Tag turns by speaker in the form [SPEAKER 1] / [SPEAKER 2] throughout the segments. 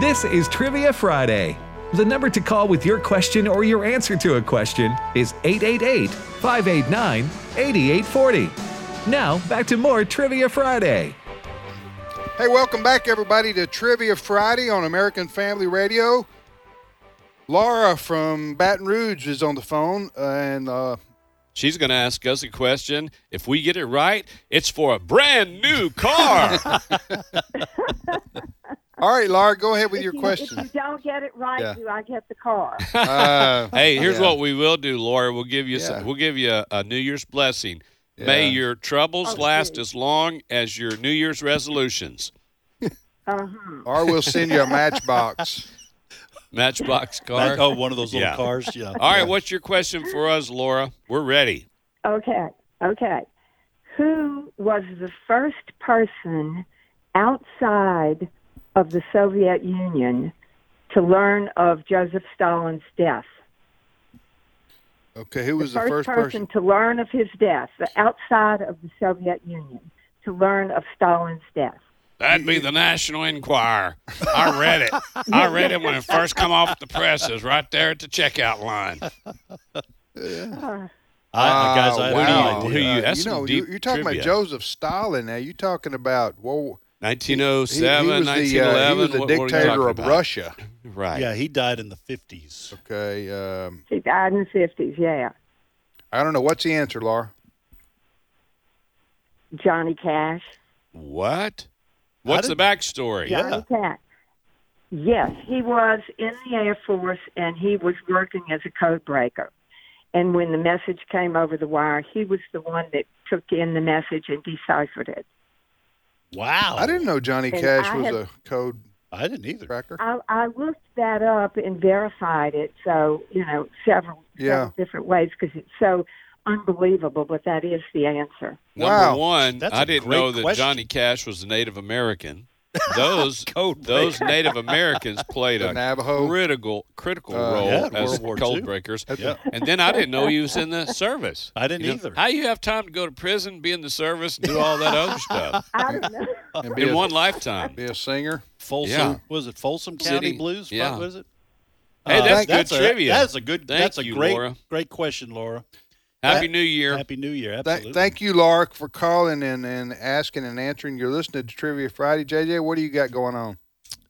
[SPEAKER 1] This is Trivia Friday. The number to call with your question or your answer to a question is 888 589 8840. Now, back to more Trivia Friday.
[SPEAKER 2] Hey, welcome back, everybody, to Trivia Friday on American Family Radio. Laura from Baton Rouge is on the phone, and uh,
[SPEAKER 3] She's going to ask us a question. If we get it right, it's for a brand new car.
[SPEAKER 2] all right, Laura, go ahead with
[SPEAKER 4] If
[SPEAKER 2] your
[SPEAKER 4] you- If
[SPEAKER 2] question.
[SPEAKER 4] you don't get it right,
[SPEAKER 2] Yeah.
[SPEAKER 4] do I get the car?
[SPEAKER 2] Uh,
[SPEAKER 3] hey, here's
[SPEAKER 2] Yeah.
[SPEAKER 3] what we will do, Laura. We'll give you
[SPEAKER 2] Yeah.
[SPEAKER 3] some, we'll give you a, a New Year's blessing. May
[SPEAKER 2] Yeah.
[SPEAKER 3] your troubles
[SPEAKER 4] Oh,
[SPEAKER 3] last
[SPEAKER 4] good.
[SPEAKER 3] as long as your New Year's resolutions.
[SPEAKER 4] Uh-huh.
[SPEAKER 2] or we'll send you a matchbox.
[SPEAKER 3] Matchbox car.
[SPEAKER 5] Back- oh, one of those little
[SPEAKER 3] Yeah.
[SPEAKER 5] cars. Yeah.
[SPEAKER 3] All right, what's your question for us, Laura? We're ready.
[SPEAKER 4] Okay, okay. Who was the first person outside of the Soviet Union to learn of Joseph Stalin's death?
[SPEAKER 2] Okay, who was the first
[SPEAKER 4] first,
[SPEAKER 2] person?
[SPEAKER 4] person, to learn of his death the- outside of the Soviet Union to learn of Stalin's death.
[SPEAKER 3] That'd be the National Enquirer. I read it. I read it when it first come off the presses, right there at the checkout line.
[SPEAKER 2] uh,
[SPEAKER 5] I, I-
[SPEAKER 2] Wow, Uh,
[SPEAKER 3] wow.
[SPEAKER 5] guys, I have no
[SPEAKER 3] What do
[SPEAKER 5] idea.
[SPEAKER 3] you- that's
[SPEAKER 2] you
[SPEAKER 3] some
[SPEAKER 2] know,
[SPEAKER 3] deep
[SPEAKER 2] you, are talking
[SPEAKER 3] trivia.
[SPEAKER 2] about Joseph Stalin. Now you're talking about whoa, he, he
[SPEAKER 3] 1907,
[SPEAKER 2] was the uh, he
[SPEAKER 3] 1911.
[SPEAKER 2] was the
[SPEAKER 3] what- what are you
[SPEAKER 2] dictator
[SPEAKER 3] talking
[SPEAKER 2] of
[SPEAKER 3] about?
[SPEAKER 2] Russia.
[SPEAKER 3] Right.
[SPEAKER 5] Yeah, he died in the 50s.
[SPEAKER 2] Okay, um,
[SPEAKER 4] He died in the 50s, yeah.
[SPEAKER 2] I don't know what's the answer, Laura.
[SPEAKER 4] Johnny Cash.
[SPEAKER 3] What? What's
[SPEAKER 5] did-
[SPEAKER 3] the backstory?
[SPEAKER 5] Yeah.
[SPEAKER 4] Johnny Cash. Yes, he was in the Air Force and he was working as a code breaker. And when the message came over the wire, he was the one that took in the message and deciphered it.
[SPEAKER 5] Wow.
[SPEAKER 2] I
[SPEAKER 3] Oh.
[SPEAKER 2] didn't know Johnny
[SPEAKER 4] And
[SPEAKER 2] Cash
[SPEAKER 4] I
[SPEAKER 2] was
[SPEAKER 4] have-
[SPEAKER 2] a code
[SPEAKER 5] I didn't either.
[SPEAKER 2] cracker.
[SPEAKER 4] I, I looked that up and verified it, so you know several,
[SPEAKER 2] Yeah.
[SPEAKER 4] several different ways because it's so unbelievable. But that is the answer.
[SPEAKER 3] Number
[SPEAKER 2] Wow.
[SPEAKER 3] one,
[SPEAKER 5] That's
[SPEAKER 3] I
[SPEAKER 5] a
[SPEAKER 3] didn't
[SPEAKER 5] great
[SPEAKER 3] know that
[SPEAKER 5] question.
[SPEAKER 3] Johnny Cash was a Native American. Those
[SPEAKER 5] Code
[SPEAKER 3] those Native Americans played
[SPEAKER 2] The
[SPEAKER 3] a
[SPEAKER 2] Navajo.
[SPEAKER 3] critical critical
[SPEAKER 2] Uh,
[SPEAKER 3] role
[SPEAKER 5] yeah,
[SPEAKER 3] as
[SPEAKER 5] World War
[SPEAKER 3] code
[SPEAKER 5] II.
[SPEAKER 3] breakers.
[SPEAKER 5] Yeah.
[SPEAKER 3] And then I didn't know he was in the service.
[SPEAKER 5] I didn't
[SPEAKER 3] You know,
[SPEAKER 5] either.
[SPEAKER 3] How you have time to go to prison, be in the service, and do all that other stuff
[SPEAKER 4] I don't know.
[SPEAKER 2] and be
[SPEAKER 3] in
[SPEAKER 2] a-
[SPEAKER 3] one lifetime?
[SPEAKER 2] be a singer.
[SPEAKER 5] Folsom.
[SPEAKER 3] Yeah.
[SPEAKER 5] Was it Folsom County
[SPEAKER 3] City.
[SPEAKER 5] Blues?
[SPEAKER 3] Yeah.
[SPEAKER 5] What was it?
[SPEAKER 3] Hey,
[SPEAKER 5] Uh,
[SPEAKER 3] that's good
[SPEAKER 5] a,
[SPEAKER 3] trivia.
[SPEAKER 5] That's a good.
[SPEAKER 3] Thank
[SPEAKER 5] that's a
[SPEAKER 3] you,
[SPEAKER 5] great,
[SPEAKER 3] Laura.
[SPEAKER 5] great question, Laura.
[SPEAKER 3] Happy New Year.
[SPEAKER 5] Happy New Year.
[SPEAKER 2] Th-
[SPEAKER 5] Absolutely.
[SPEAKER 2] thank you, Lark, for calling and, and asking and answering. You're listening to Trivia Friday. JJ, what do you got going on?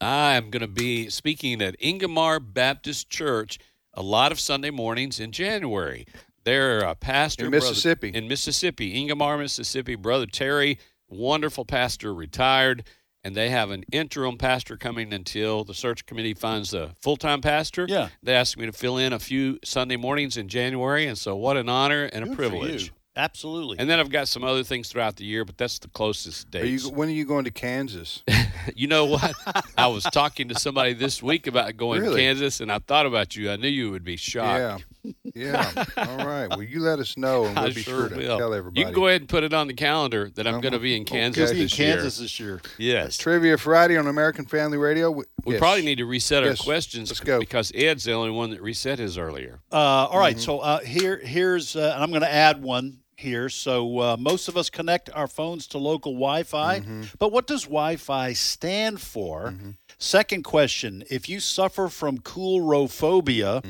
[SPEAKER 3] I am going to be speaking at Ingemar Baptist Church a lot of Sunday mornings in January. They're a pastor
[SPEAKER 2] In
[SPEAKER 3] brother-
[SPEAKER 2] Mississippi.
[SPEAKER 3] in Mississippi, Ingemar, Mississippi. Brother Terry, wonderful pastor, retired, and they have an interim pastor coming until the search committee finds a full-time pastor.
[SPEAKER 5] Yeah.
[SPEAKER 3] they asked me to fill in a few Sunday mornings in January, and so what an honor and
[SPEAKER 5] Good
[SPEAKER 3] a
[SPEAKER 5] for
[SPEAKER 3] privilege.
[SPEAKER 5] you. Absolutely.
[SPEAKER 3] And then I've got some other things throughout the year, but that's the closest
[SPEAKER 2] Are
[SPEAKER 3] date.
[SPEAKER 2] you, when are you going to Kansas?
[SPEAKER 3] You know what? I was talking to somebody this week about going
[SPEAKER 2] Really?
[SPEAKER 3] to Kansas, and I thought about you. I knew you would be shocked.
[SPEAKER 2] yeah. Yeah. All right. Well, you let us know, and we'll
[SPEAKER 3] I
[SPEAKER 2] be sure
[SPEAKER 3] sure
[SPEAKER 2] to
[SPEAKER 3] will.
[SPEAKER 2] tell everybody.
[SPEAKER 3] You can go ahead and put it on the calendar that I'm going to be in Kansas
[SPEAKER 5] You'll be in
[SPEAKER 3] this
[SPEAKER 5] Kansas this year.
[SPEAKER 3] year. Yes.
[SPEAKER 2] Trivia Friday on American Family Radio. We,
[SPEAKER 3] We
[SPEAKER 2] yes.
[SPEAKER 3] probably need to reset
[SPEAKER 2] Yes.
[SPEAKER 3] our questions
[SPEAKER 2] Let's go.
[SPEAKER 3] because Ed's the only one that reset his earlier.
[SPEAKER 5] Uh, all right, So uh, here, here's, uh, and I'm going to add one here. So uh, most of us connect our phones to local Wi-Fi, but what does Wi-Fi stand for? Second question: If you suffer from coolrophobia,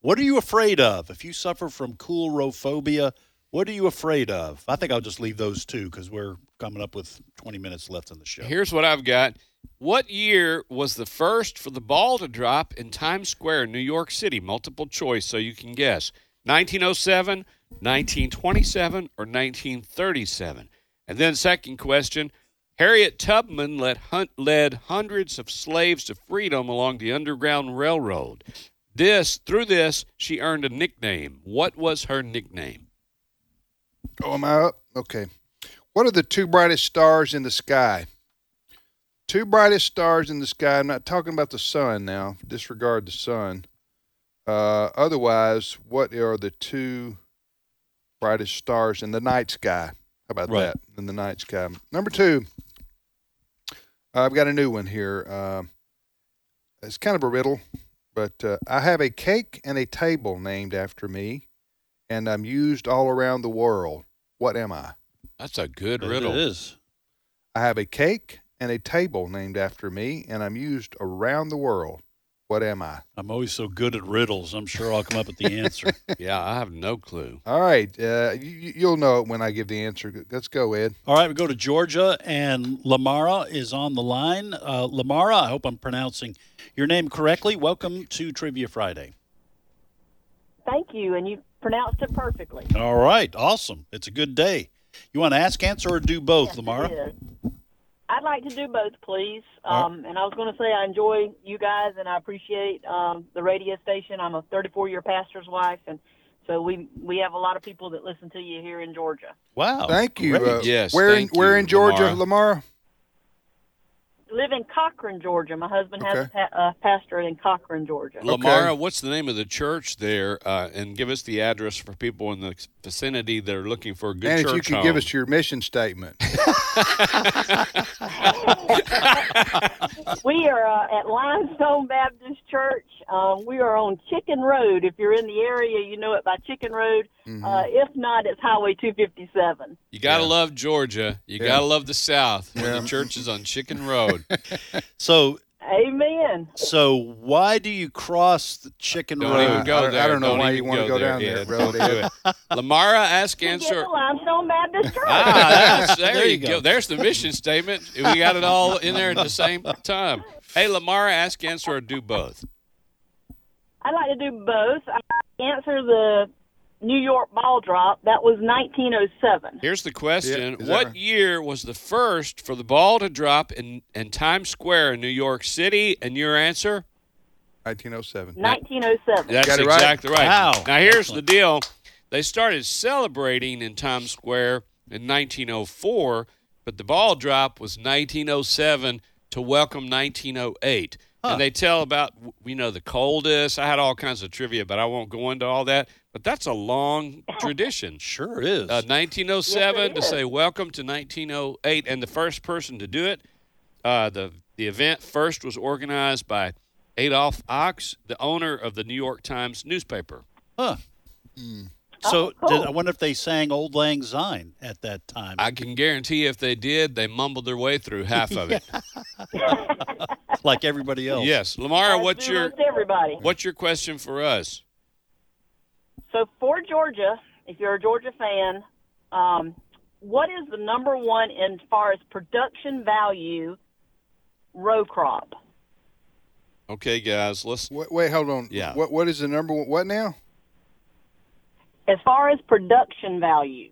[SPEAKER 5] what are you afraid of? If you suffer from coolrophobia, what are you afraid of? I think I'll just leave those two because we're coming up with 20 minutes left in the show.
[SPEAKER 3] Here's what I've got. What year was the first for the ball to drop in Times Square, New York City? Multiple choice, so you can guess. 1907, 1927, or 1937? And then, second question Harriet Tubman led, hun- led hundreds of slaves to freedom along the Underground Railroad. This, through this, she earned a nickname. What was her nickname?
[SPEAKER 2] Oh, am I up? Okay. What are the two brightest stars in the sky? Two brightest stars in the sky. I'm not talking about the sun now. Disregard the sun. Uh, otherwise, what are the two brightest stars in the night sky? How about
[SPEAKER 5] Right.
[SPEAKER 2] that? In the night sky. Number two. I've got a new one here. Um it's kind of a riddle, but uh, I have a cake and a table named after me, and I'm used all around the world. What am I?
[SPEAKER 3] That's a good
[SPEAKER 5] It
[SPEAKER 3] riddle.
[SPEAKER 5] is.
[SPEAKER 2] I have a cake and a table named after me, and I'm used around the world. What am I?
[SPEAKER 5] I'm always so good at riddles. I'm sure I'll come up with the answer.
[SPEAKER 3] Yeah, I have no clue.
[SPEAKER 2] All right, uh, you, you- you'll know it when I give the answer. Let's go, Ed.
[SPEAKER 5] All right, we go to Georgia, and Lamara is on the line. Uh, Lamara, I hope I'm pronouncing your name correctly. Welcome to Trivia Friday.
[SPEAKER 6] Thank you, and you pronounced it perfectly.
[SPEAKER 5] All right, awesome. It's a good day. You want to ask, answer, or do both,
[SPEAKER 6] Yes, it
[SPEAKER 5] Lamara?
[SPEAKER 6] is. I'd like to do both, please.
[SPEAKER 5] All
[SPEAKER 6] Um, and I was going to say I enjoy you guys, and I appreciate um, the radio station. I'm a 34-year pastor's wife, and so we we have a lot of people that listen to you here in Georgia.
[SPEAKER 5] Wow.
[SPEAKER 2] thank you.
[SPEAKER 5] Oh, great.
[SPEAKER 2] Uh,
[SPEAKER 3] Yes,
[SPEAKER 2] Where in
[SPEAKER 3] thank
[SPEAKER 2] Where
[SPEAKER 3] you,
[SPEAKER 2] in Georgia, Lamara?
[SPEAKER 6] Live in Cochrane, Georgia. My husband has
[SPEAKER 2] Okay.
[SPEAKER 6] a pa- uh, pastorate in Cochrane, Georgia.
[SPEAKER 3] Lamara, what's the name of the church there? Uh, and give us the address for people in the vicinity that are looking for a good
[SPEAKER 2] And
[SPEAKER 3] church
[SPEAKER 2] if you could
[SPEAKER 3] home.
[SPEAKER 2] give us your mission statement.
[SPEAKER 6] We are uh, at Limestone Baptist Church. Um, we are on Chicken Road. If you're in the area, you know it by Chicken Road. Uh, if not, it's Highway 257.
[SPEAKER 3] you gotta love Georgia. You gotta love the South, where the
[SPEAKER 2] Yeah.
[SPEAKER 3] church is on Chicken Road.
[SPEAKER 5] So,
[SPEAKER 6] Amen.
[SPEAKER 5] so why do you cross the Chicken
[SPEAKER 3] Don't
[SPEAKER 5] Road?
[SPEAKER 3] even go
[SPEAKER 2] I don't- I
[SPEAKER 3] there.
[SPEAKER 2] don't know why you
[SPEAKER 3] even
[SPEAKER 2] wanna go down there,
[SPEAKER 3] Ed.
[SPEAKER 2] Road,
[SPEAKER 3] Don't do
[SPEAKER 2] Ed.
[SPEAKER 3] it. Lamara, ask
[SPEAKER 6] We get
[SPEAKER 3] answer.
[SPEAKER 6] the Limestone Baptist Church.
[SPEAKER 3] Ah, that's, there,
[SPEAKER 5] There
[SPEAKER 3] you
[SPEAKER 5] you
[SPEAKER 3] go.
[SPEAKER 5] go.
[SPEAKER 3] There's the mission statement. We got it all in there at the same time. Hey, Lamara, ask, answer, or do both.
[SPEAKER 6] I'd like to do both. I answer the New York ball drop. That was 1907.
[SPEAKER 3] Here's the question:
[SPEAKER 2] Yeah, is that
[SPEAKER 3] What
[SPEAKER 2] right?
[SPEAKER 3] year was the first for the ball to drop in, in Times Square in New York City? And your answer?
[SPEAKER 2] 1907.
[SPEAKER 6] 1907.
[SPEAKER 3] That's
[SPEAKER 2] Got it right.
[SPEAKER 3] exactly right.
[SPEAKER 5] Wow.
[SPEAKER 3] Now here's the deal: they started celebrating in Times Square in 1904, but the ball drop was 1907 to welcome 1908. And they tell about w- you know the coldest. I had all kinds of trivia, but I won't go into all that. But that's a long tradition.
[SPEAKER 5] Sure is.
[SPEAKER 3] Uh, 1907
[SPEAKER 6] Yes, it
[SPEAKER 3] to
[SPEAKER 6] is.
[SPEAKER 3] say welcome to 1908, and the first person to do it, uh, the the event first was organized by Adolph Ox, the owner of the New York Times newspaper.
[SPEAKER 5] huh. So,
[SPEAKER 6] Oh, cool.
[SPEAKER 5] did, I wonder if they sang "Old Lang Syne" at that time.
[SPEAKER 3] I can guarantee if they did, they mumbled their way through half of it.
[SPEAKER 5] like everybody else.
[SPEAKER 3] Yes, Lamara,
[SPEAKER 6] Let's
[SPEAKER 3] what's
[SPEAKER 6] do
[SPEAKER 3] your
[SPEAKER 6] this to everybody?
[SPEAKER 3] what's your question for us?
[SPEAKER 6] So for Georgia, if you're a Georgia fan, um, what is the number one in far as production value row crop?
[SPEAKER 3] Okay, guys, let's.
[SPEAKER 2] Wait, wait, hold on.
[SPEAKER 3] Yeah.
[SPEAKER 2] What What is the number one? What now?
[SPEAKER 6] As far as production value,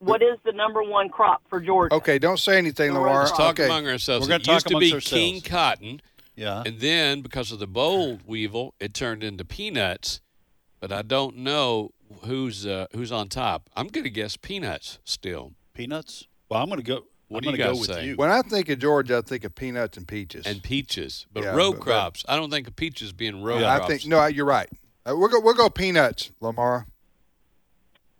[SPEAKER 6] what is the number one crop for Georgia?
[SPEAKER 2] Okay, don't say anything,
[SPEAKER 6] All right,
[SPEAKER 2] Lamar.
[SPEAKER 6] let's
[SPEAKER 3] Talk
[SPEAKER 2] okay.
[SPEAKER 3] among ourselves.
[SPEAKER 5] We're gonna
[SPEAKER 3] it
[SPEAKER 5] talk
[SPEAKER 3] used to
[SPEAKER 5] amongst
[SPEAKER 3] be
[SPEAKER 5] ourselves.
[SPEAKER 3] king cotton,
[SPEAKER 5] Yeah.
[SPEAKER 3] and then because of the bold weevil, it turned into peanuts. But I don't know who's uh, who's on top. I'm gonna guess peanuts still.
[SPEAKER 5] Peanuts. Well, I'm going to go.
[SPEAKER 3] What
[SPEAKER 5] I'm
[SPEAKER 3] do you
[SPEAKER 5] gonna
[SPEAKER 3] guys
[SPEAKER 5] go with
[SPEAKER 3] say?
[SPEAKER 5] you.
[SPEAKER 2] When I think of Georgia, I think of peanuts and peaches.
[SPEAKER 3] and peaches, but
[SPEAKER 2] Yeah,
[SPEAKER 3] row
[SPEAKER 2] but- but-
[SPEAKER 3] crops. I don't think of peaches being row
[SPEAKER 2] I
[SPEAKER 3] crops.
[SPEAKER 2] think no, you're right. Uh, we'll go. We'll go peanuts, Lamar.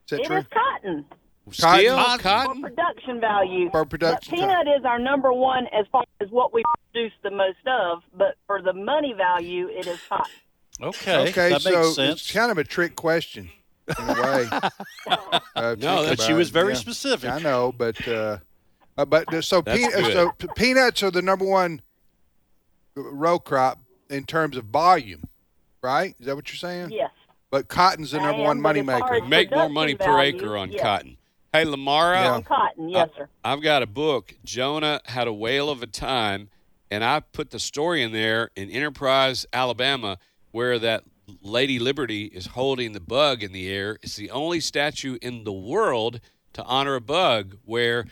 [SPEAKER 2] Is that
[SPEAKER 6] It
[SPEAKER 2] true?
[SPEAKER 6] is cotton
[SPEAKER 3] Still
[SPEAKER 2] Cotton.
[SPEAKER 6] for
[SPEAKER 3] cotton.
[SPEAKER 6] production value.
[SPEAKER 2] For production
[SPEAKER 6] But peanut is our number one as far as what we produce the most of, but for the money value, it is cotton.
[SPEAKER 5] Okay.
[SPEAKER 2] okay,
[SPEAKER 5] that
[SPEAKER 2] so
[SPEAKER 5] makes sense.
[SPEAKER 2] it's kind of a trick question in a way. uh, if you
[SPEAKER 3] No,
[SPEAKER 2] think
[SPEAKER 3] that-
[SPEAKER 5] but she
[SPEAKER 2] about
[SPEAKER 5] was
[SPEAKER 2] it.
[SPEAKER 5] very
[SPEAKER 2] Yeah.
[SPEAKER 5] specific.
[SPEAKER 2] I know, but uh, uh, but uh, so,
[SPEAKER 3] That's
[SPEAKER 2] pe- uh,
[SPEAKER 3] good.
[SPEAKER 2] so p- peanuts are the number one row crop in terms of volume, right? Is that what you're saying?
[SPEAKER 6] Yes.
[SPEAKER 2] But cotton's the
[SPEAKER 6] I
[SPEAKER 2] number
[SPEAKER 6] am,
[SPEAKER 2] one
[SPEAKER 6] but as far
[SPEAKER 2] moneymaker.
[SPEAKER 6] as-
[SPEAKER 3] Make more money
[SPEAKER 6] Production
[SPEAKER 3] per
[SPEAKER 6] value,
[SPEAKER 3] acre on
[SPEAKER 6] yes.
[SPEAKER 3] cotton. Hey, Lamara,
[SPEAKER 2] Yeah.
[SPEAKER 6] On cotton, yes,
[SPEAKER 2] Uh,
[SPEAKER 6] sir.
[SPEAKER 3] I've got a book. Jonah had a whale of a time, and I put the story in there in Enterprise, Alabama, where that Lady Liberty is holding the bug in the air. It's the only statue in the world to honor a bug. Where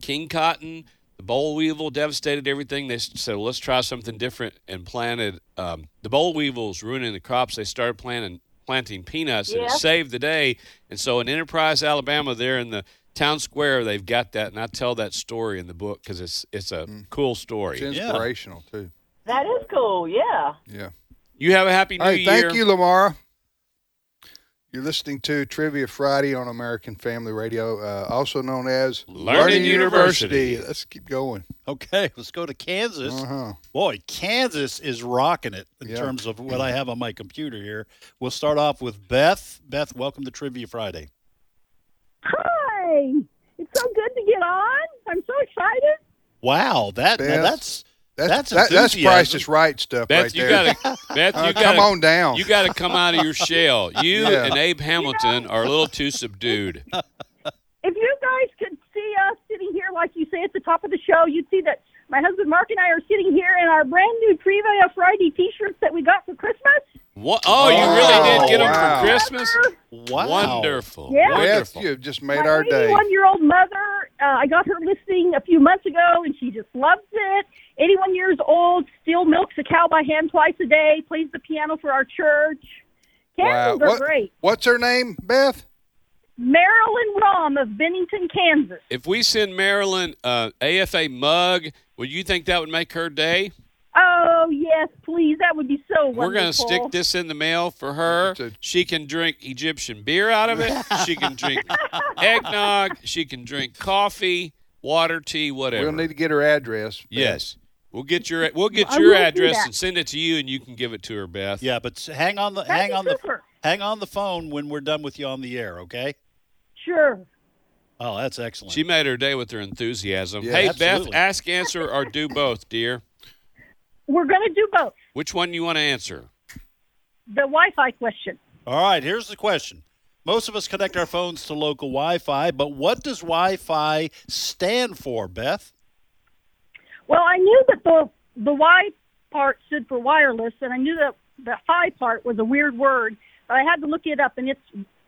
[SPEAKER 3] King Cotton, the boll weevil, devastated everything. They s- said, "Let's try something different," and planted um, the boll weevils ruining the crops. They started planting planting peanuts, and it
[SPEAKER 6] Yeah.
[SPEAKER 3] saved the day. And so in Enterprise, Alabama, there in the town square, they've got that, and I tell that story in the book because it's it's a
[SPEAKER 2] Mm.
[SPEAKER 3] cool story.
[SPEAKER 2] It's inspirational too.
[SPEAKER 6] That is cool, yeah.
[SPEAKER 2] Yeah.
[SPEAKER 3] You have a happy new
[SPEAKER 2] All right,
[SPEAKER 3] year.
[SPEAKER 2] thank you, Lamara. You're listening to Trivia Friday on American Family Radio, uh, also known as
[SPEAKER 3] Learning University.
[SPEAKER 2] Let's keep going.
[SPEAKER 5] Okay, let's go to Kansas.
[SPEAKER 2] Uh-huh.
[SPEAKER 5] Boy, Kansas is rocking it in
[SPEAKER 2] Yeah.
[SPEAKER 5] terms of what I have on my computer here. We'll start off with Beth. Beth, welcome to Trivia Friday.
[SPEAKER 7] Hi. It's so good to get on. I'm so excited.
[SPEAKER 5] Wow, that now
[SPEAKER 2] Beth,
[SPEAKER 5] that's
[SPEAKER 2] That's
[SPEAKER 5] that's
[SPEAKER 2] that, that's
[SPEAKER 5] enthusiasm.
[SPEAKER 2] Price is Right stuff
[SPEAKER 3] Beth,
[SPEAKER 2] right
[SPEAKER 3] you
[SPEAKER 2] there.
[SPEAKER 3] gotta, Beth,
[SPEAKER 2] Uh,
[SPEAKER 3] you gotta,
[SPEAKER 2] come on down.
[SPEAKER 3] You gotta come out of your shell. You
[SPEAKER 2] Yeah.
[SPEAKER 3] and Abe Hamilton are a little too subdued.
[SPEAKER 7] if you guys could see us sitting here, like you say at the top of the show, you'd see that my husband Mark and I are sitting here in our brand new Trivia Friday T-shirts that we got for Christmas.
[SPEAKER 3] What? Oh, you really did get them
[SPEAKER 2] Oh, Wow.
[SPEAKER 3] for Christmas.
[SPEAKER 5] Wow.
[SPEAKER 3] Wonderful,
[SPEAKER 7] Yeah.
[SPEAKER 2] Beth,
[SPEAKER 3] wonderful.
[SPEAKER 2] you have just made
[SPEAKER 7] my
[SPEAKER 2] our day.
[SPEAKER 7] 81 year old mother, uh, I got her listening a few months ago, and she just loves it. 81 years old, still milks a cow by hand twice a day, plays the piano for our church. Candles are
[SPEAKER 2] What-
[SPEAKER 7] great.
[SPEAKER 2] what's her name, Beth?
[SPEAKER 7] Marilyn Rom of Bennington, Kansas.
[SPEAKER 3] If we send Marilyn uh, AFA mug, would you think that would make her day?
[SPEAKER 7] Oh yes, please, that would be so wonderful.
[SPEAKER 3] We're going to stick this in the mail for her.
[SPEAKER 2] It's a-
[SPEAKER 3] She can drink Egyptian beer out of it. She can drink eggnog. She can drink coffee, water, tea, whatever.
[SPEAKER 2] We'll need to get her address. Beth.
[SPEAKER 3] yes. We'll get your we'll get
[SPEAKER 7] I
[SPEAKER 3] your
[SPEAKER 7] will do
[SPEAKER 3] address
[SPEAKER 7] that.
[SPEAKER 3] and send it to you and you can give it to her, Beth.
[SPEAKER 5] Yeah, but s- hang on the
[SPEAKER 7] That'd
[SPEAKER 5] hang
[SPEAKER 7] be
[SPEAKER 5] on the
[SPEAKER 7] super.
[SPEAKER 5] hang on the phone when we're done with you on the air, okay?
[SPEAKER 7] Sure.
[SPEAKER 5] Oh, that's excellent.
[SPEAKER 3] She made her day with her enthusiasm.
[SPEAKER 2] Yeah,
[SPEAKER 3] hey
[SPEAKER 5] absolutely.
[SPEAKER 3] Beth, ask, answer, or do both, dear.
[SPEAKER 7] We're going to do both.
[SPEAKER 3] Which one you want to answer?
[SPEAKER 7] The Wi-Fi question.
[SPEAKER 5] All right, here's the question. Most of us connect our phones to local Wi-Fi, but what does Wi-Fi stand for, Beth?
[SPEAKER 7] Well, I knew that the the Y part stood for wireless, and I knew that the Fi part was a weird word, but I had to look it up, and it's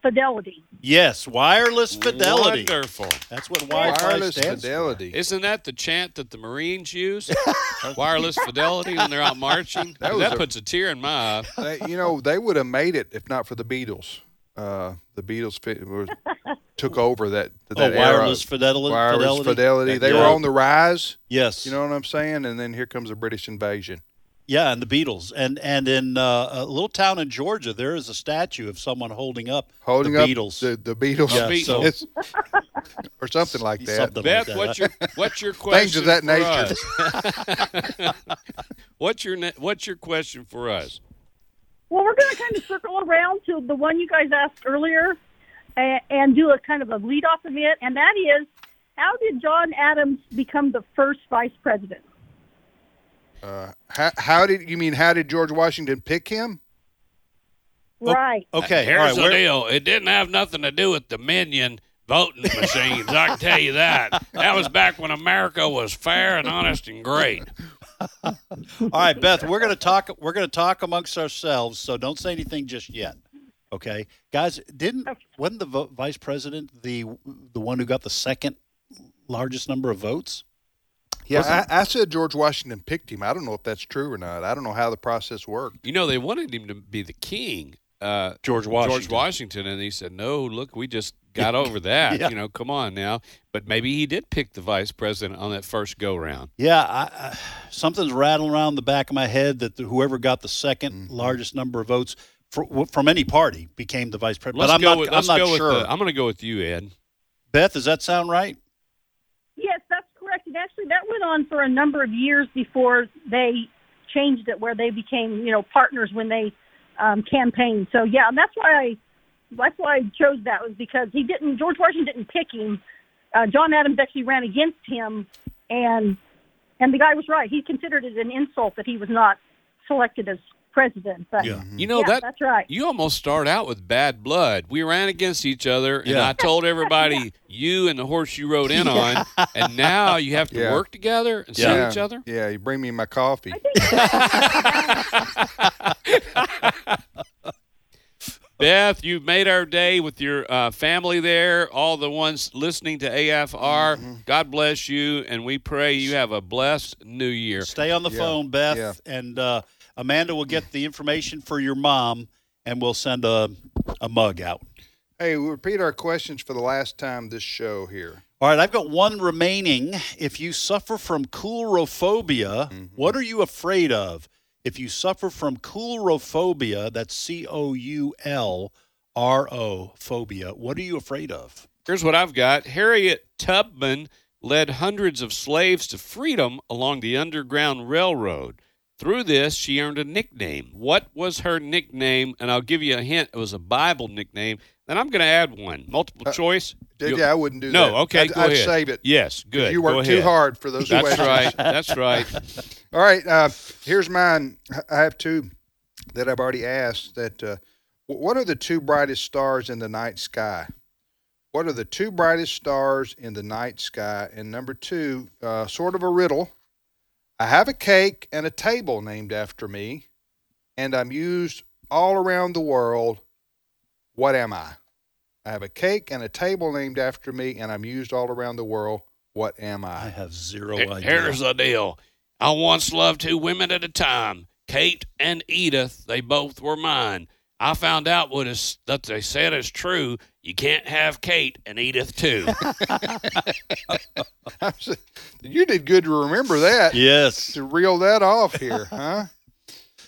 [SPEAKER 7] fidelity.
[SPEAKER 5] Yes, wireless fidelity.
[SPEAKER 3] Wonderful.
[SPEAKER 5] That's what Wi-Fi
[SPEAKER 2] Wireless
[SPEAKER 5] stands for.
[SPEAKER 2] fidelity.
[SPEAKER 3] Isn't that the chant that the Marines use? Wireless fidelity when they're out marching.
[SPEAKER 2] That
[SPEAKER 3] That,
[SPEAKER 2] was a-
[SPEAKER 3] puts a tear in my eye.
[SPEAKER 2] They- you know, they would have made it if not for the Beatles. Uh, the Beatles fi- was, took over that
[SPEAKER 5] Oh,
[SPEAKER 2] that era.
[SPEAKER 5] wireless fidelity.
[SPEAKER 2] Wireless fidelity. They were
[SPEAKER 5] Yeah.
[SPEAKER 2] on the rise.
[SPEAKER 5] Yes.
[SPEAKER 2] You know what I'm saying? And then here comes the British invasion.
[SPEAKER 5] Yeah, and the Beatles, and and in uh, a little town in Georgia, there is a statue of someone holding up
[SPEAKER 2] Holding
[SPEAKER 5] the
[SPEAKER 2] up
[SPEAKER 5] Beatles.
[SPEAKER 2] the, the Beatles,
[SPEAKER 5] Yeah, so-
[SPEAKER 2] It's- or something like that.
[SPEAKER 5] Something like
[SPEAKER 3] Beth,
[SPEAKER 5] that.
[SPEAKER 3] what's your what's your question?
[SPEAKER 2] Things of that
[SPEAKER 3] for
[SPEAKER 2] nature.
[SPEAKER 3] us? what's your ne- what's your question for us?
[SPEAKER 7] Well, we're going to kind of circle around to the one you guys asked earlier, and, and do a kind of a lead off of it, and that is, how did John Adams become the first vice president?
[SPEAKER 2] Uh, how, how did you mean? How did George Washington pick him?
[SPEAKER 7] Right.
[SPEAKER 5] okay, all
[SPEAKER 3] Here's
[SPEAKER 5] right,
[SPEAKER 3] the
[SPEAKER 5] where-
[SPEAKER 3] deal. It didn't have nothing to do with Dominion voting machines. I can tell you that. That was back when America was fair and honest and great.
[SPEAKER 5] all right, Beth, we're gonna talk. We're gonna talk amongst ourselves, so don't say anything just yet. Okay, guys, didn't wasn't the vo- vice president the the one who got the second largest number of votes?
[SPEAKER 2] Yeah, I, I said George Washington picked him. I don't know if that's true or not. I don't know how the process worked.
[SPEAKER 3] You know, they wanted him to be the king. Uh,
[SPEAKER 5] George
[SPEAKER 3] George Washington, and he said, "No, look, we just got over that. You know, come on now." But maybe he did pick the vice president on that first go round.
[SPEAKER 5] Yeah, I, I, something's rattling around the back of my head that the, whoever got the 2nd
[SPEAKER 2] Mm-hmm.
[SPEAKER 5] largest number of votes for, from any party became the vice president.
[SPEAKER 3] Let's
[SPEAKER 5] but I'm
[SPEAKER 3] go
[SPEAKER 5] not,
[SPEAKER 3] with.
[SPEAKER 5] I'm
[SPEAKER 3] let's
[SPEAKER 5] not
[SPEAKER 3] go with
[SPEAKER 5] sure. Mm-hmm.
[SPEAKER 3] the- I'm going to go with you, Ed.
[SPEAKER 5] Beth, does that sound right?
[SPEAKER 7] Yes, that's correct. And actually, that went on for a number of years before they changed it, where they became, you know, partners when they um, campaigned. So yeah, and that's why I, that's why I chose that was because he didn't. George Washington didn't pick him. Uh, John Adams actually ran against him, and and the guy was right. He considered it an insult that he was not selected as president. But yeah,
[SPEAKER 3] You know that
[SPEAKER 7] that's right.
[SPEAKER 3] you almost start out with bad blood. We ran against each other, and
[SPEAKER 5] Yeah.
[SPEAKER 3] I told everybody you and the horse you rode in on, and now you have to
[SPEAKER 2] Yeah.
[SPEAKER 3] work together and
[SPEAKER 2] yeah.
[SPEAKER 3] see each other.
[SPEAKER 2] Yeah, you bring me my coffee.
[SPEAKER 7] I think
[SPEAKER 3] Beth, you've made our day with your uh, family there, all the ones listening to AFR.
[SPEAKER 2] Mm-hmm.
[SPEAKER 3] God bless you, and we pray you have a blessed new year.
[SPEAKER 5] Stay on the
[SPEAKER 2] Yeah,
[SPEAKER 5] phone, Beth,
[SPEAKER 2] yeah.
[SPEAKER 5] and uh, Amanda will get the information for your mom, and we'll send a, a mug out.
[SPEAKER 2] Hey, we repeat our questions for the last time this show here.
[SPEAKER 5] All right, I've got one remaining. If you suffer from coulrophobia, what are you afraid of? If you suffer from coulrophobia, that's C O U L R O phobia, what are you afraid of?
[SPEAKER 3] Here's what I've got Harriet Tubman led hundreds of slaves to freedom along the Underground Railroad. Through this, she earned a nickname. What was her nickname? And I'll give you a hint. It was a Bible nickname. Then I'm going to add one. Multiple choice.
[SPEAKER 2] Uh, Did,
[SPEAKER 3] You'll-
[SPEAKER 2] yeah, I wouldn't do
[SPEAKER 3] no,
[SPEAKER 2] that.
[SPEAKER 3] okay,
[SPEAKER 2] I'd,
[SPEAKER 3] go
[SPEAKER 2] I'd
[SPEAKER 3] ahead.
[SPEAKER 2] save it.
[SPEAKER 3] Yes, good.
[SPEAKER 2] You
[SPEAKER 3] go
[SPEAKER 2] worked too
[SPEAKER 3] ahead.
[SPEAKER 2] hard for those
[SPEAKER 3] That's
[SPEAKER 2] questions.
[SPEAKER 3] right. That's right.
[SPEAKER 2] All right. Uh, here's mine. I have two that I've already asked. That uh, wh- what are the two brightest stars in the night sky? What are the two brightest stars in the night sky? And number two, uh, sort of a riddle. I have a cake and a table named after me, and I'm used all around the world. What am I? I have a cake and a table named after me, and I'm used all around the world. What am
[SPEAKER 5] I
[SPEAKER 2] I?
[SPEAKER 5] have zero
[SPEAKER 3] Here-
[SPEAKER 5] idea.
[SPEAKER 3] Here's the deal. I once loved two women at a time, Kate and Edith. They both were mine. I found out what is that they said is true. You can't have Kate and Edith too.
[SPEAKER 2] you did good to remember that.
[SPEAKER 5] yes.
[SPEAKER 2] to reel that off here, huh?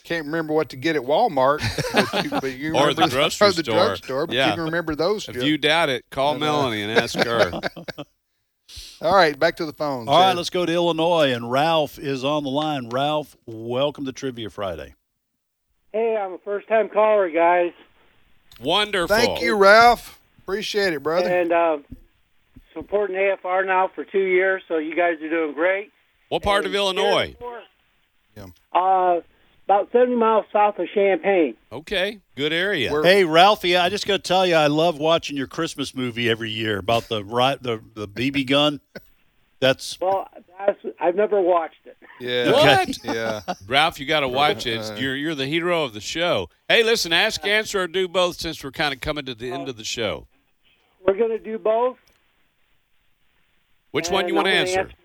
[SPEAKER 2] Can't remember what to get at Walmart, but you, but you
[SPEAKER 3] Or
[SPEAKER 2] remember
[SPEAKER 3] the grocery
[SPEAKER 2] or the
[SPEAKER 3] store.
[SPEAKER 2] drugstore, but
[SPEAKER 3] Yeah.
[SPEAKER 2] you can remember those.
[SPEAKER 3] if
[SPEAKER 2] two.
[SPEAKER 3] you doubt it, call Melanie and ask her.
[SPEAKER 2] All right, back to the phones.
[SPEAKER 5] All right,
[SPEAKER 2] Ed.
[SPEAKER 5] let's go to Illinois, and Ralph is on the line. Ralph, welcome to Trivia Friday.
[SPEAKER 8] Hey, I'm a first time caller, guys.
[SPEAKER 3] Wonderful.
[SPEAKER 2] Thank you, Ralph. Appreciate it, brother.
[SPEAKER 8] And uh, supporting AFR now for two years, so you guys are doing great.
[SPEAKER 3] What part of
[SPEAKER 8] And
[SPEAKER 3] Illinois?
[SPEAKER 2] Yeah.
[SPEAKER 8] Uh, about 70 miles south of Champaign.
[SPEAKER 3] Okay, good area.
[SPEAKER 2] We're-
[SPEAKER 5] Hey, Ralphie, I just got to tell you, I love watching your Christmas movie every year about the ri the, the BB gun. That's
[SPEAKER 8] Well, that's, I've never watched it.
[SPEAKER 2] Yeah.
[SPEAKER 3] What?
[SPEAKER 2] Yeah.
[SPEAKER 3] Ralph, you got to watch it.
[SPEAKER 2] Uh,
[SPEAKER 3] It's- You're you're the hero of the show. Hey, listen, ask, answer, or do both since we're kind of coming to the end of the show.
[SPEAKER 8] We're going to do both.
[SPEAKER 3] Which one
[SPEAKER 8] and
[SPEAKER 3] you want to
[SPEAKER 8] I'm gonna
[SPEAKER 3] answer?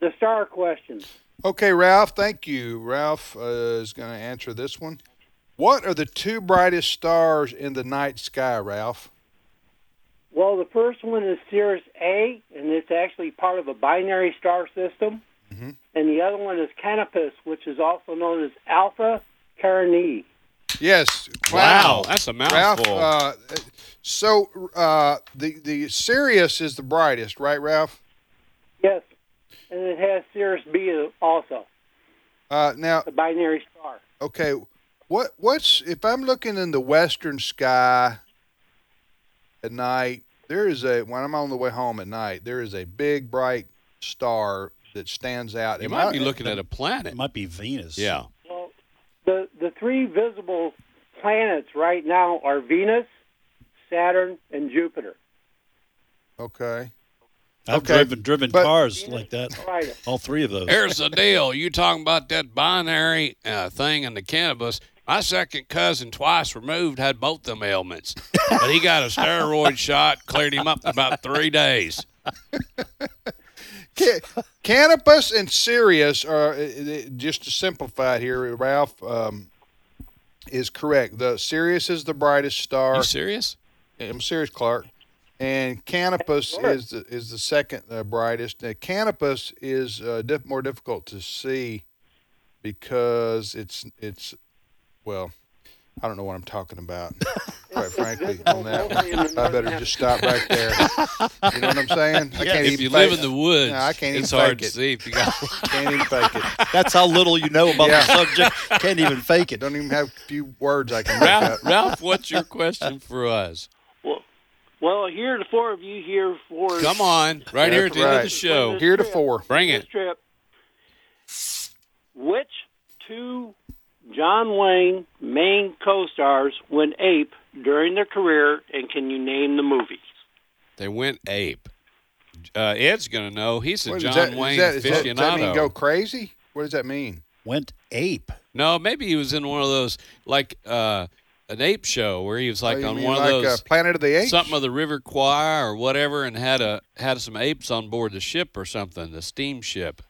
[SPEAKER 8] The star question.
[SPEAKER 2] Okay, Ralph. Thank you. Ralph uh, is going to answer this one. What are the two brightest stars in the night sky, Ralph?
[SPEAKER 8] Well, the first one is Sirius A, and it's actually part of a binary star system. And the other one is Canopus, which is also known as Alpha Carinae.
[SPEAKER 2] Yes.
[SPEAKER 3] Wow, that's a
[SPEAKER 2] Ralph,
[SPEAKER 3] mouthful.
[SPEAKER 2] uh, so uh, the the Sirius is the brightest, right, Ralph?
[SPEAKER 8] Yes, and it has Sirius B also,
[SPEAKER 2] Uh, now,
[SPEAKER 8] the binary star.
[SPEAKER 2] okay, what what's if I'm looking in the western sky at night? There is a when I'm on the way home at night. There is a big bright star that stands out.
[SPEAKER 3] you
[SPEAKER 2] Am
[SPEAKER 3] might
[SPEAKER 2] I-
[SPEAKER 3] be looking at a planet.
[SPEAKER 5] it might be Venus.
[SPEAKER 3] Yeah.
[SPEAKER 8] Well, the the three visible planets right now are Venus, Saturn, and Jupiter.
[SPEAKER 2] Okay.
[SPEAKER 5] I've
[SPEAKER 2] Okay,
[SPEAKER 5] driven driven
[SPEAKER 2] but-
[SPEAKER 5] cars like that.
[SPEAKER 8] Right.
[SPEAKER 5] All three of those.
[SPEAKER 3] Here's the deal. You talking about that binary uh, thing in the cannabis. My second cousin, twice removed, had both them ailments. But he got a steroid shot, cleared him up in about three days.
[SPEAKER 2] Ca- Canopus and Sirius are uh, uh, just to simplify it here. Ralph um, is correct. The Sirius is the brightest star.
[SPEAKER 3] You serious?
[SPEAKER 2] I'm serious, Clark. And Canopus is the, is the second uh, brightest. Now, Canopus is uh, diff- more difficult to see because it's it's well, I don't know what I'm talking about. Quite frankly, on that one, I better just stop right there. You know what I'm saying? I can't
[SPEAKER 3] If
[SPEAKER 2] even
[SPEAKER 3] you
[SPEAKER 2] fake
[SPEAKER 3] live in the
[SPEAKER 2] it.
[SPEAKER 3] woods,
[SPEAKER 2] No, I can't
[SPEAKER 3] it's
[SPEAKER 2] even fake
[SPEAKER 3] hard to
[SPEAKER 2] it.
[SPEAKER 3] see. If you got,
[SPEAKER 2] Can't even fake it.
[SPEAKER 5] That's how little you know about
[SPEAKER 2] Yeah.
[SPEAKER 5] the subject. Can't even fake it.
[SPEAKER 2] Don't even have a few words I can make
[SPEAKER 3] Ralph,
[SPEAKER 2] up.
[SPEAKER 3] Ralph, what's your question for us?
[SPEAKER 8] Well, well, here are the four of you here for
[SPEAKER 3] Come on, right here at the end of the
[SPEAKER 2] That's right.
[SPEAKER 3] show.
[SPEAKER 2] Here to four.
[SPEAKER 3] Bring
[SPEAKER 8] this
[SPEAKER 3] it.
[SPEAKER 8] trip. Which two John Wayne main co-stars went ape during their career, and can you name the movies?
[SPEAKER 3] They went ape. Uh, Ed's going to know. He's a
[SPEAKER 2] What is
[SPEAKER 3] John
[SPEAKER 2] that- is
[SPEAKER 3] Wayne
[SPEAKER 2] that- is that- does
[SPEAKER 3] aficionado.
[SPEAKER 2] that mean go crazy? What does that mean?
[SPEAKER 5] Went ape.
[SPEAKER 3] No, maybe he was in one of those like uh, an ape show where he was like
[SPEAKER 2] Oh, you
[SPEAKER 3] on
[SPEAKER 2] mean
[SPEAKER 3] one
[SPEAKER 2] like
[SPEAKER 3] of
[SPEAKER 2] uh,
[SPEAKER 3] those
[SPEAKER 2] Planet of the Apes?
[SPEAKER 3] something of the river choir or whatever, and had a had some apes on board the ship or something, the steamship.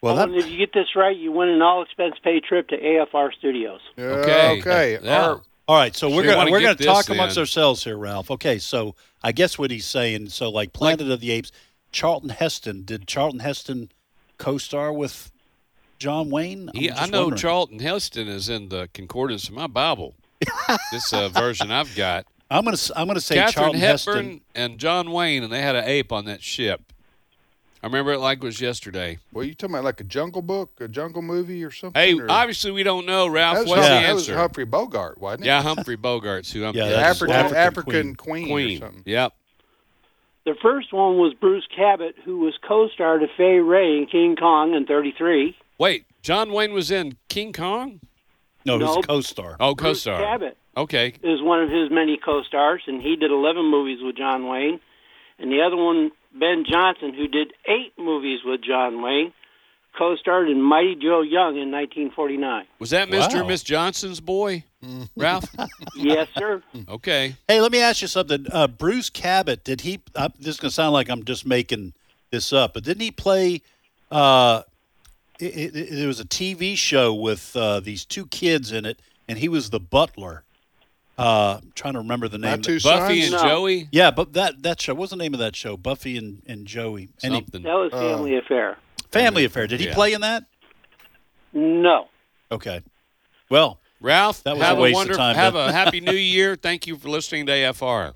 [SPEAKER 5] Well,
[SPEAKER 8] Well,
[SPEAKER 5] that
[SPEAKER 8] if you get this right, you win an all-expense-paid trip to AFR Studios.
[SPEAKER 2] Yeah,
[SPEAKER 3] Okay,
[SPEAKER 2] Okay.
[SPEAKER 3] yeah.
[SPEAKER 2] All right.
[SPEAKER 5] all right. So we're
[SPEAKER 3] Sure wanna
[SPEAKER 5] gonna we're
[SPEAKER 3] get
[SPEAKER 5] gonna
[SPEAKER 3] this
[SPEAKER 5] talk amongst
[SPEAKER 3] in.
[SPEAKER 5] ourselves here, Ralph. Okay. So I guess what he's saying. So like Planet of the Apes, Charlton Heston. Did Charlton Heston co-star with John Wayne? I'm
[SPEAKER 3] He, I
[SPEAKER 5] just
[SPEAKER 3] know
[SPEAKER 5] wondering.
[SPEAKER 3] Charlton Heston is in the concordance of my Bible. this uh, version I've got.
[SPEAKER 5] I'm gonna s- I'm gonna say
[SPEAKER 3] Catherine
[SPEAKER 5] Charlton
[SPEAKER 3] Hepburn
[SPEAKER 5] Heston.
[SPEAKER 3] and John Wayne, and they had an ape on that ship. I remember it like it was yesterday.
[SPEAKER 2] Well, you talking about like a jungle book, a jungle movie, or something?
[SPEAKER 3] Hey,
[SPEAKER 2] or-
[SPEAKER 3] obviously we don't know,
[SPEAKER 2] that
[SPEAKER 3] Ralph.
[SPEAKER 2] was,
[SPEAKER 3] What's
[SPEAKER 2] Humphrey,
[SPEAKER 3] the
[SPEAKER 2] that was
[SPEAKER 3] answer?
[SPEAKER 2] Humphrey Bogart, wasn't it?
[SPEAKER 3] yeah, Humphrey Bogart's who I'm
[SPEAKER 5] Yeah,
[SPEAKER 3] yeah,
[SPEAKER 5] that's-
[SPEAKER 2] African
[SPEAKER 5] African
[SPEAKER 2] African,
[SPEAKER 5] Queen.
[SPEAKER 2] Queen. or
[SPEAKER 3] Queen.
[SPEAKER 2] something.
[SPEAKER 3] Yep.
[SPEAKER 8] The first one was Bruce Cabot, who was co-star to Fay Wray in King Kong in '33.
[SPEAKER 3] Wait, John Wayne was in King Kong?
[SPEAKER 5] No, he's
[SPEAKER 8] No.
[SPEAKER 5] a co-star.
[SPEAKER 3] Oh,
[SPEAKER 8] Bruce
[SPEAKER 3] co-star.
[SPEAKER 8] Cabot
[SPEAKER 3] Okay.
[SPEAKER 8] is one of his many co-stars, and he did 11 movies with John Wayne. And the other one, Ben Johnson, who did eight movies with John Wayne, co-starred in Mighty Joe Young in 1949.
[SPEAKER 3] Was that Mr.
[SPEAKER 5] Wow.
[SPEAKER 3] and Miss Johnson's boy, Ralph?
[SPEAKER 8] yes, sir.
[SPEAKER 3] Okay.
[SPEAKER 5] Hey, let me ask you something. Uh, Bruce Cabot, did he? Uh, this is gonna sound like I'm just making this up, but didn't he play? Uh, it, it, it, there was a TV show with uh, these two kids in it, and he was the butler. Uh, I'm trying to remember the name.
[SPEAKER 2] My
[SPEAKER 5] of
[SPEAKER 2] two
[SPEAKER 5] the-
[SPEAKER 3] Buffy and
[SPEAKER 2] sons.
[SPEAKER 8] No.
[SPEAKER 3] Joey?
[SPEAKER 5] yeah, but that that show what was the name of that show. Buffy and, and Joey. And he-
[SPEAKER 3] Something.
[SPEAKER 8] That was Family Affair.
[SPEAKER 5] Family Affair. Did he
[SPEAKER 3] Yeah.
[SPEAKER 5] play in that?
[SPEAKER 8] No.
[SPEAKER 5] Okay. Well,
[SPEAKER 3] Ralph,
[SPEAKER 5] That was
[SPEAKER 3] have
[SPEAKER 5] a waste of
[SPEAKER 3] wonderful,
[SPEAKER 5] time,
[SPEAKER 3] have
[SPEAKER 5] but-
[SPEAKER 3] a happy new year. Thank you for listening to AFR.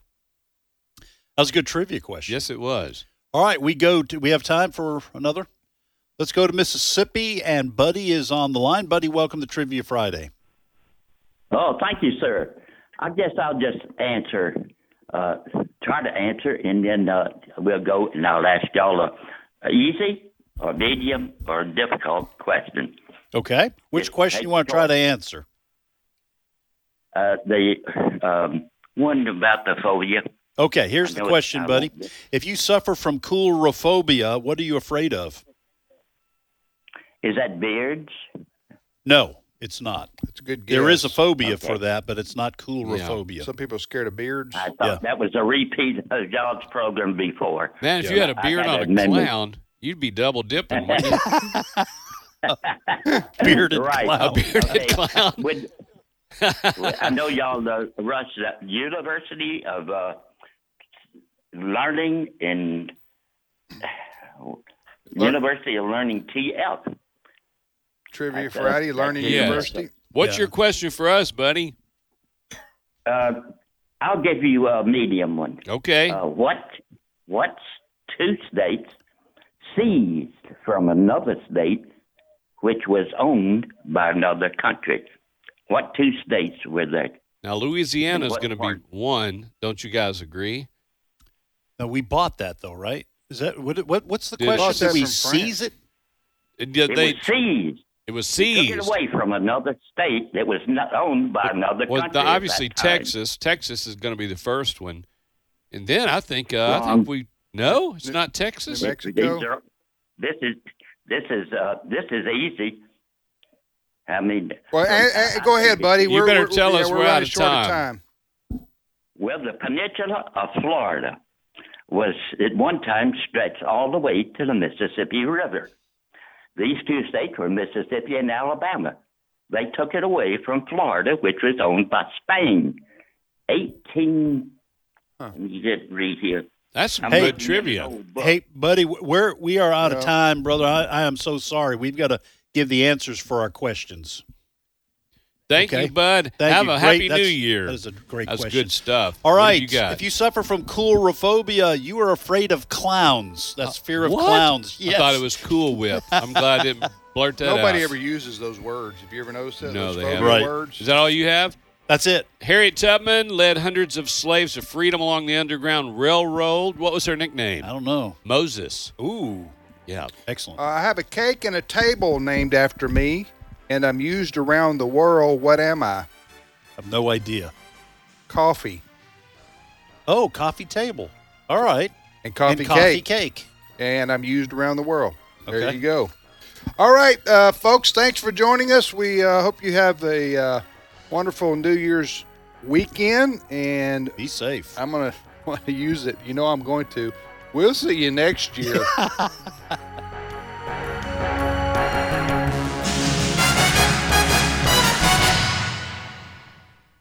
[SPEAKER 5] that was a good trivia question.
[SPEAKER 3] Yes, it was.
[SPEAKER 5] All right, we go to we have time for another. Let's go to Mississippi and Buddy is on the line. Buddy, welcome to Trivia Friday.
[SPEAKER 9] Oh, thank you, sir. I guess I'll just answer, uh, try to answer, and then uh, we'll go and I'll ask y'all a, a easy or medium or difficult question.
[SPEAKER 5] Okay. Which
[SPEAKER 9] Yes,
[SPEAKER 5] question
[SPEAKER 9] hey,
[SPEAKER 5] you want to try
[SPEAKER 9] sure.
[SPEAKER 5] to answer?
[SPEAKER 9] Uh, the um, one about the phobia.
[SPEAKER 5] Okay, here's
[SPEAKER 9] I
[SPEAKER 5] the
[SPEAKER 9] know it-
[SPEAKER 5] question,
[SPEAKER 9] I
[SPEAKER 5] buddy.
[SPEAKER 9] won't miss-
[SPEAKER 5] If you suffer from coulrophobia, what are you afraid of?
[SPEAKER 9] Is that beards?
[SPEAKER 5] No, it's not.
[SPEAKER 2] It's a good guess.
[SPEAKER 5] There is a phobia
[SPEAKER 9] Okay.
[SPEAKER 5] for that, but it's not coulrophobia.
[SPEAKER 2] Some people are scared of beards.
[SPEAKER 9] I
[SPEAKER 5] Yeah.
[SPEAKER 9] thought that was a repeat of y'all's program before.
[SPEAKER 3] Man, if you had a
[SPEAKER 9] I
[SPEAKER 3] beard
[SPEAKER 9] had
[SPEAKER 3] on a
[SPEAKER 9] a memory.
[SPEAKER 3] clown, you'd be double dipping. wouldn't you?
[SPEAKER 5] Bearded
[SPEAKER 9] right.
[SPEAKER 5] clown.
[SPEAKER 3] a bearded
[SPEAKER 9] Okay.
[SPEAKER 3] clown.
[SPEAKER 9] Would, I know y'all know Rush the University of uh, Learning and University of Learning TL.
[SPEAKER 2] Trivia
[SPEAKER 9] that's-
[SPEAKER 2] Friday,
[SPEAKER 9] that's-
[SPEAKER 2] Learning
[SPEAKER 3] yes.
[SPEAKER 2] University.
[SPEAKER 3] What's
[SPEAKER 5] Yeah.
[SPEAKER 3] your question for us, buddy?
[SPEAKER 9] Uh, I'll give you a medium one.
[SPEAKER 3] Okay.
[SPEAKER 8] Oh.
[SPEAKER 9] Uh, what what two states seized from another state which was owned by another country? What two states were that?
[SPEAKER 3] now, Louisiana's
[SPEAKER 9] what
[SPEAKER 3] going to be
[SPEAKER 9] part?
[SPEAKER 3] one. Don't you guys agree?
[SPEAKER 5] No, we bought that though, right? Is that what, what what's the
[SPEAKER 3] Did-
[SPEAKER 2] Bought
[SPEAKER 5] question?
[SPEAKER 2] that
[SPEAKER 5] Did we
[SPEAKER 2] from France.
[SPEAKER 5] seize it?
[SPEAKER 3] It, did
[SPEAKER 9] It
[SPEAKER 3] they,
[SPEAKER 9] was seized.
[SPEAKER 3] it was
[SPEAKER 9] took
[SPEAKER 3] seized.
[SPEAKER 9] it away from another state that was not owned by another
[SPEAKER 3] Well,
[SPEAKER 9] country.
[SPEAKER 3] the,
[SPEAKER 9] at
[SPEAKER 3] obviously
[SPEAKER 9] that time.
[SPEAKER 3] Texas. Texas is going to be the first one, and then I think uh, I
[SPEAKER 9] Wrong.
[SPEAKER 3] think we no, it's not Texas.
[SPEAKER 2] New Mexico.
[SPEAKER 9] These are- this is this is uh, this is easy. I mean,
[SPEAKER 2] Well, a- a- go ahead, buddy.
[SPEAKER 3] You
[SPEAKER 2] we're,
[SPEAKER 3] better
[SPEAKER 2] we're,
[SPEAKER 3] tell
[SPEAKER 2] yeah,
[SPEAKER 3] us
[SPEAKER 2] we're
[SPEAKER 3] we're
[SPEAKER 2] running
[SPEAKER 3] out of
[SPEAKER 2] short
[SPEAKER 3] time.
[SPEAKER 2] Of time.
[SPEAKER 9] Well, the peninsula of Florida was at one time stretched all the way to the Mississippi River. These two states were Mississippi and Alabama. They took it away from Florida, which was owned by Spain. 18. Let me just read here.
[SPEAKER 3] That's some
[SPEAKER 9] I'm
[SPEAKER 5] Hey.
[SPEAKER 3] good
[SPEAKER 9] looking at an
[SPEAKER 3] trivia.
[SPEAKER 9] old book.
[SPEAKER 5] Hey, buddy, w- we're we are out of
[SPEAKER 2] No.
[SPEAKER 5] time, brother. I, I am so sorry. We've got to give the answers for our questions.
[SPEAKER 3] Thank
[SPEAKER 5] okay.
[SPEAKER 3] you, bud.
[SPEAKER 5] Thank
[SPEAKER 3] Have
[SPEAKER 5] you.
[SPEAKER 3] a
[SPEAKER 5] Great-
[SPEAKER 3] happy new
[SPEAKER 5] that's-
[SPEAKER 3] year.
[SPEAKER 5] That is a great
[SPEAKER 3] That's
[SPEAKER 5] question.
[SPEAKER 3] good stuff.
[SPEAKER 5] All
[SPEAKER 3] What have
[SPEAKER 5] right.
[SPEAKER 3] you got?
[SPEAKER 5] If you suffer from coulrophobia, you are afraid of clowns. That's fear of
[SPEAKER 3] Uh, What?
[SPEAKER 5] clowns.
[SPEAKER 3] I thought it was Cool Whip. I'm glad I didn't blurt that
[SPEAKER 2] Nobody
[SPEAKER 3] out.
[SPEAKER 2] ever uses those words. Have you ever noticed that?
[SPEAKER 3] No,
[SPEAKER 2] those
[SPEAKER 3] they
[SPEAKER 2] vulgar
[SPEAKER 3] haven't.
[SPEAKER 5] Right.
[SPEAKER 2] words.
[SPEAKER 3] Is that all you have?
[SPEAKER 5] That's it.
[SPEAKER 3] Harriet Tubman led hundreds of slaves to freedom along the Underground Railroad. What was her nickname?
[SPEAKER 5] I don't know.
[SPEAKER 3] Moses.
[SPEAKER 5] Ooh,
[SPEAKER 3] Yeah.
[SPEAKER 5] excellent.
[SPEAKER 2] Uh, I have a cake and a table named after me, and I'm used around the world. What am I?
[SPEAKER 5] I have no idea.
[SPEAKER 2] Coffee
[SPEAKER 5] Oh, coffee table. All right.
[SPEAKER 2] and coffee cake,
[SPEAKER 5] and coffee cake.
[SPEAKER 2] and I'm used around the world. There
[SPEAKER 5] Okay.
[SPEAKER 2] you go. All right, uh, folks. Thanks for joining us. We uh, hope you have a uh, wonderful New Year's weekend, and
[SPEAKER 5] Be safe.
[SPEAKER 2] I'm gonna want to use it. You know, I'm going to. We'll see you next year.